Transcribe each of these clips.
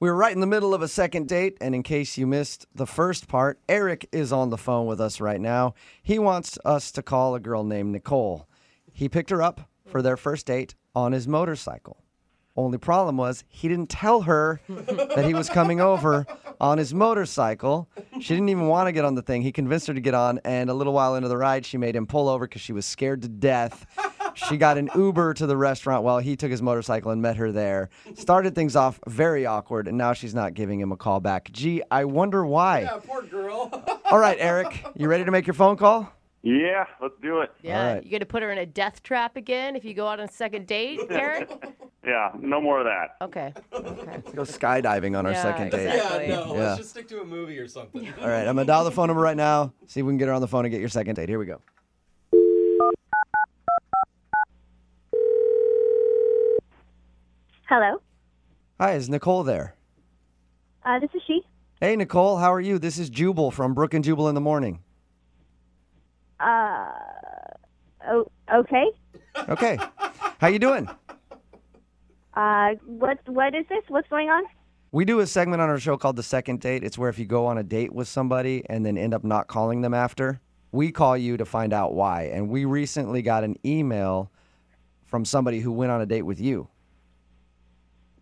We were right in the middle of a second date, and in case you missed the first part, Eric is on the phone with us right now. He wants us to call a girl named Nicole. He picked her up for their first date on his motorcycle. Only problem was he didn't tell her that he was coming over on his motorcycle. She didn't even want to get on the thing. He convinced her to get on, and a little while into the ride, she made him pull over because she was scared to death. She got an Uber to the restaurant while he took his motorcycle and met her there. Started things off very awkward, and now she's not giving him a call back. Gee, I wonder why. Yeah, poor girl. All right, Eric, you ready to make your phone call? Yeah, let's do it. Yeah, right. you going to put her in a death trap again if you go out on a second date, Eric? Yeah, no more of that. Okay. okay. Go skydiving on our Yeah, second date. exactly. yeah, no. Yeah. Let's just stick to a movie or something. All right, I'm gonna dial the phone number right now. See if we can get her on the phone and get your second date. Here we go. Hello. Hi, is Nicole there? Uh, this is she. Hey, Nicole, how are you? This is Jubal from Brook and Jubal in the Morning. Uh, oh, okay. Okay, how you doing? Uh, what what is this? What's going on? We do a segment on our show called The Second Date. It's where if you go on a date with somebody and then end up not calling them after, we call you to find out why. And we recently got an email from somebody who went on a date with you.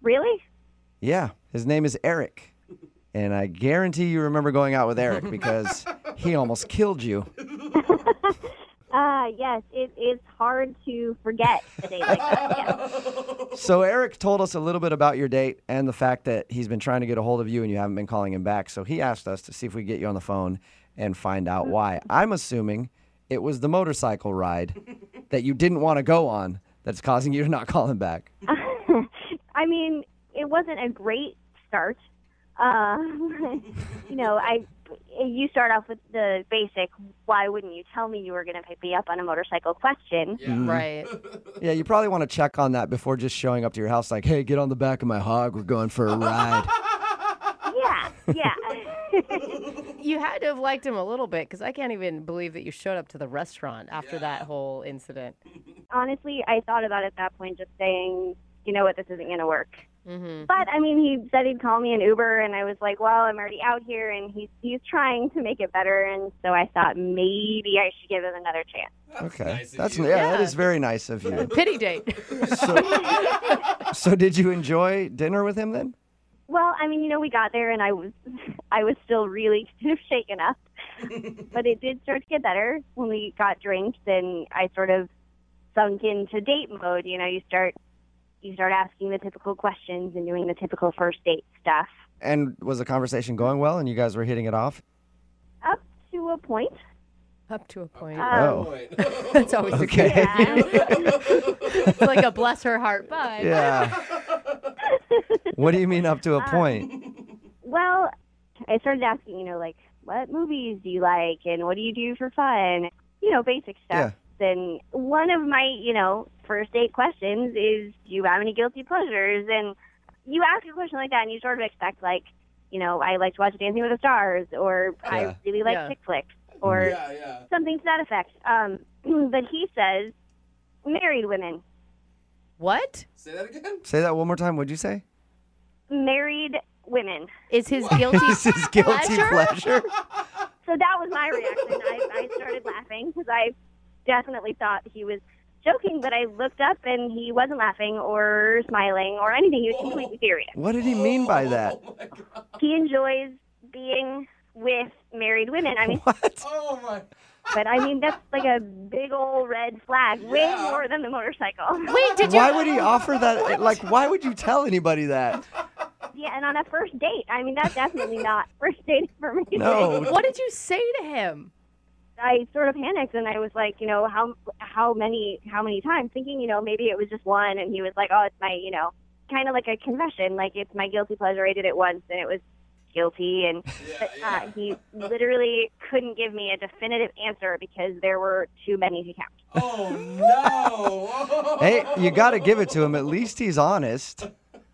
Really? Yeah, his name is Eric. And I guarantee you remember going out with Eric because he almost killed you. Uh, yes. It is hard to forget a day like that. Yeah. So Eric told us a little bit about your date and the fact that he's been trying to get a hold of you and you haven't been calling him back. So he asked us to see if we could get you on the phone and find out why. I'm assuming it was the motorcycle ride that you didn't want to go on that's causing you to not call him back. I mean, it wasn't a great start. Uh, you know, I you start off with the basic. Why wouldn't you tell me you were going to pick me up on a motorcycle question? Mm-hmm. Right. Yeah, you probably want to check on that before just showing up to your house like, "Hey, get on the back of my hog. We're going for a ride." Yeah, yeah. You had to have liked him a little bit because I can't even believe that you showed up to the restaurant after that whole incident. Honestly, I thought about it at that point, just saying, you know what, this isn't going to work. Mm-hmm. But I mean, he said he'd call me an Uber, and I was like, "Well, I'm already out here, and he's he's trying to make it better." And so I thought maybe I should give it another chance. okay, nice of that's you. yeah, that Yeah. is very nice of you. Pity date. so, did you enjoy dinner with him then? Well, I mean, you know, we got there, and I was I was still really kind of shaken up, but it did start to get better when we got drinks, and I sort of sunk into date mode. You know, you start you start asking the typical questions and doing the typical first date stuff. And was the conversation going well? And you guys were hitting it off? Up to a point. Up to a point. Oh. That's always a good. Okay. It's like a bless her heart bye. Yeah. what do you mean up to Uh, a point? Well, I started asking, you know, like, what movies do you like and what do you do for fun? You know, basic stuff. And one of my, you know, first date questions is, do you have any guilty pleasures? And you ask a question like that and you sort of expect, like, you know, I like to watch Dancing with the Stars or Yeah. I really like Yeah. chick flicks or yeah, yeah. something to that effect. Um, but he says, married women. What? Say that again. Say that one more time. What'd you say? Married women. Is his guilty? This is guilty Pleasure? pleasure. So that was my reaction. I, I started laughing because I definitely thought he was joking, but I looked up and he wasn't laughing or smiling or anything. He was completely serious. What did he mean by that? Oh my god. He enjoys being with married women. I mean, What? Oh my. but I mean, that's like a big old red flag, way Yeah. more than the motorcycle. Wait, did you? Why would he offer that? Like, why would you tell anybody that? Yeah, and on a first date, I mean, that's definitely not first date information. No. What did you say to him? I sort of panicked and I was like, you know, how how many how many times thinking, you know, maybe it was just one and he was like, Oh, it's my you know, kinda like a confession, like it's my guilty pleasure. I did it once and it was guilty and but, uh, he literally couldn't give me a definitive answer because there were too many to count. Oh no. Hey, you got to give it to him. At least he's honest.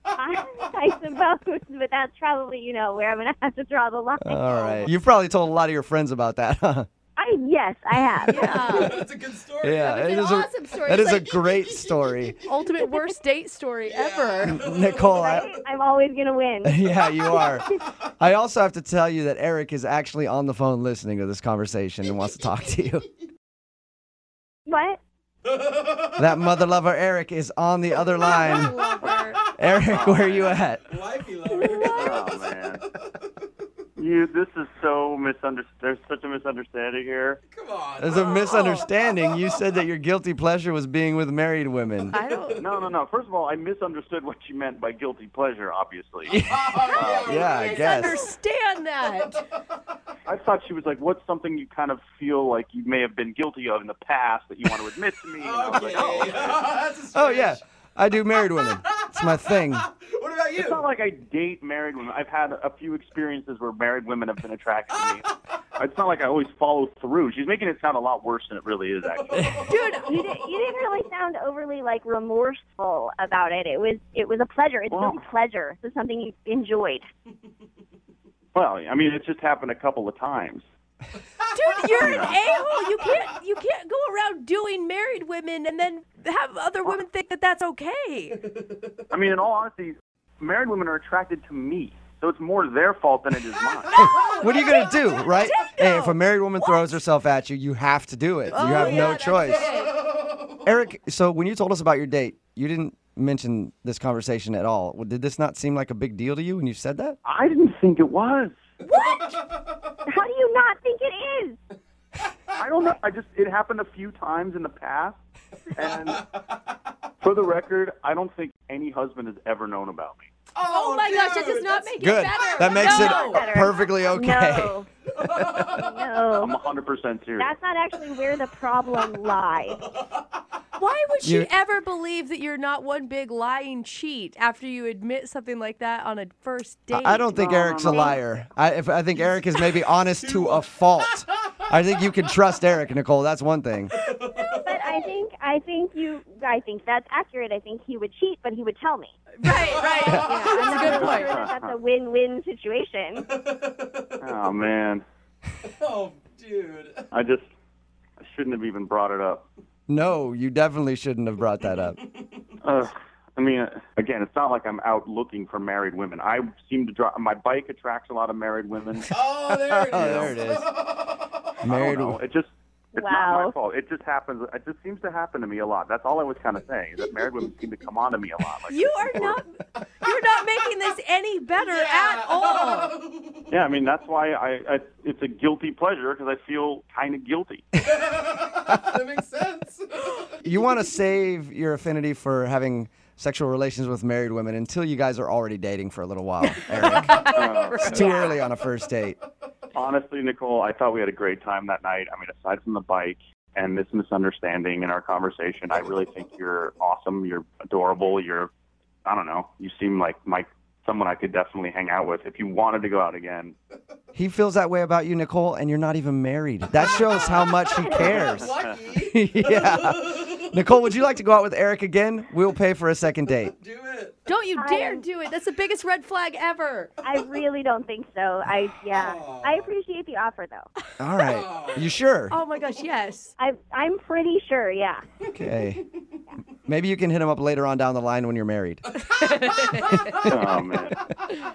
I, I suppose, but that's probably, you know, where I'm gonna have to draw the line. All right. You've probably told a lot of your friends about that, huh? I I yes, I have. Yeah. That's a good story. Yeah, That was it an is awesome a, story. That It's is a like- great story, Ultimate worst date story ever. Nicole. I, I'm always gonna win. yeah, you are. I also have to tell you that Eric is actually on the phone listening to this conversation and wants to talk to you. What? That mother lover Eric is on the other line. Lover. Eric, where are you at? Wifey lover. Oh man. You, this is so misunderstood. There's such a misunderstanding here. Come on. There's a misunderstanding. You said that your guilty pleasure was being with married women. I don't. No, no, no. First of all, I misunderstood what you meant by guilty pleasure. Obviously, Oh, Yeah, I guess. Understand that. I thought she was like, "What's something you kind of feel like you may have been guilty of in the past that you want to admit to me?" And I was Okay. like, "Oh, That's a Oh stretch. yeah, I do married women. It's my thing. What about It's not you? like I date married women. I've had a few experiences where married women have been attracted to me. It's not like I always follow through. She's making it sound a lot worse than it really is, actually. Dude, You, did, you didn't really sound overly like remorseful about it. It was it was a pleasure. It's Wow. really pleasure. It was something you enjoyed. well, I mean, it just happened a couple of times. dude, you're an a-hole. You can't, you can't go around doing married women and then have Oh. other women think that that's okay. I mean, in all honesty, married women are attracted to me, so it's more their fault than it is mine. What are you gonna do, right? Hey, if a Dingo. married woman throws herself at you, you have to do it. You Oh, have yeah, no that's choice. it. Oh, Eric, so when you told us about your date, you didn't mention this conversation at all. Well, Did this not seem like a big deal to you when you said that? I didn't think it was. How do you not think it is? I don't know. I just it happened a few times in the past, and for the record, I don't think any husband has ever known about me. Oh my gosh, that does not make it Good. better. That makes No. it perfectly okay. No. I'm no. 100% serious. That's not actually where the problem lies. Why would she You- ever believe that you're not one big lying cheat after you admit something like that on a first date? I don't think No, no, Eric's a no. liar. I, if, I think Eric is maybe honest to a fault. I think you can trust Eric, Nicole. That's one thing. But I think I think you I think that's accurate. I think he would cheat, but he would tell me. Right, right. Yeah, that's a good I'm point. sure that that's a win-win situation. Oh man, Oh, dude. I just I shouldn't have even brought it up. No, you definitely shouldn't have brought that up. Ugh. I mean, uh, again, it's not like I'm out looking for married women. I seem to drive my bike attracts a lot of married women. Oh, there it is. Oh, there it is. I Married. don't know. It just it's not Wow. my fault. It just happens. It just seems to happen to me a lot. That's all I was kind of saying. Is that married women seem to come on to me a lot. Like You are not you're not making this any better at all. Yeah, I mean that's why I, I it's a guilty pleasure because I feel kind of guilty. That makes sense. You want to save your affinity for having sexual relations with married women until you guys are already dating for a little while, Eric. it's too early on a first date. Uh, Honestly, Nicole, I thought we had a great time that night. I mean, aside from the bike and this misunderstanding in our conversation, I really think you're awesome. You're adorable. You're, I don't know, you seem like my someone I could definitely hang out with if you wanted to go out again. He feels that way about you, Nicole, and you're not even married. That shows how much he cares. Lucky. yeah. Nicole, would you like to go out with Eric again? We'll pay for a second date. Do it. Don't you dare I'm- do it. That's the biggest red flag ever. I really don't think so. I yeah. I appreciate the offer though. All right. You sure? Oh my gosh, yes. I I'm pretty sure, yeah. Okay. Maybe you can hit him up later on down the line when you're married. Oh man,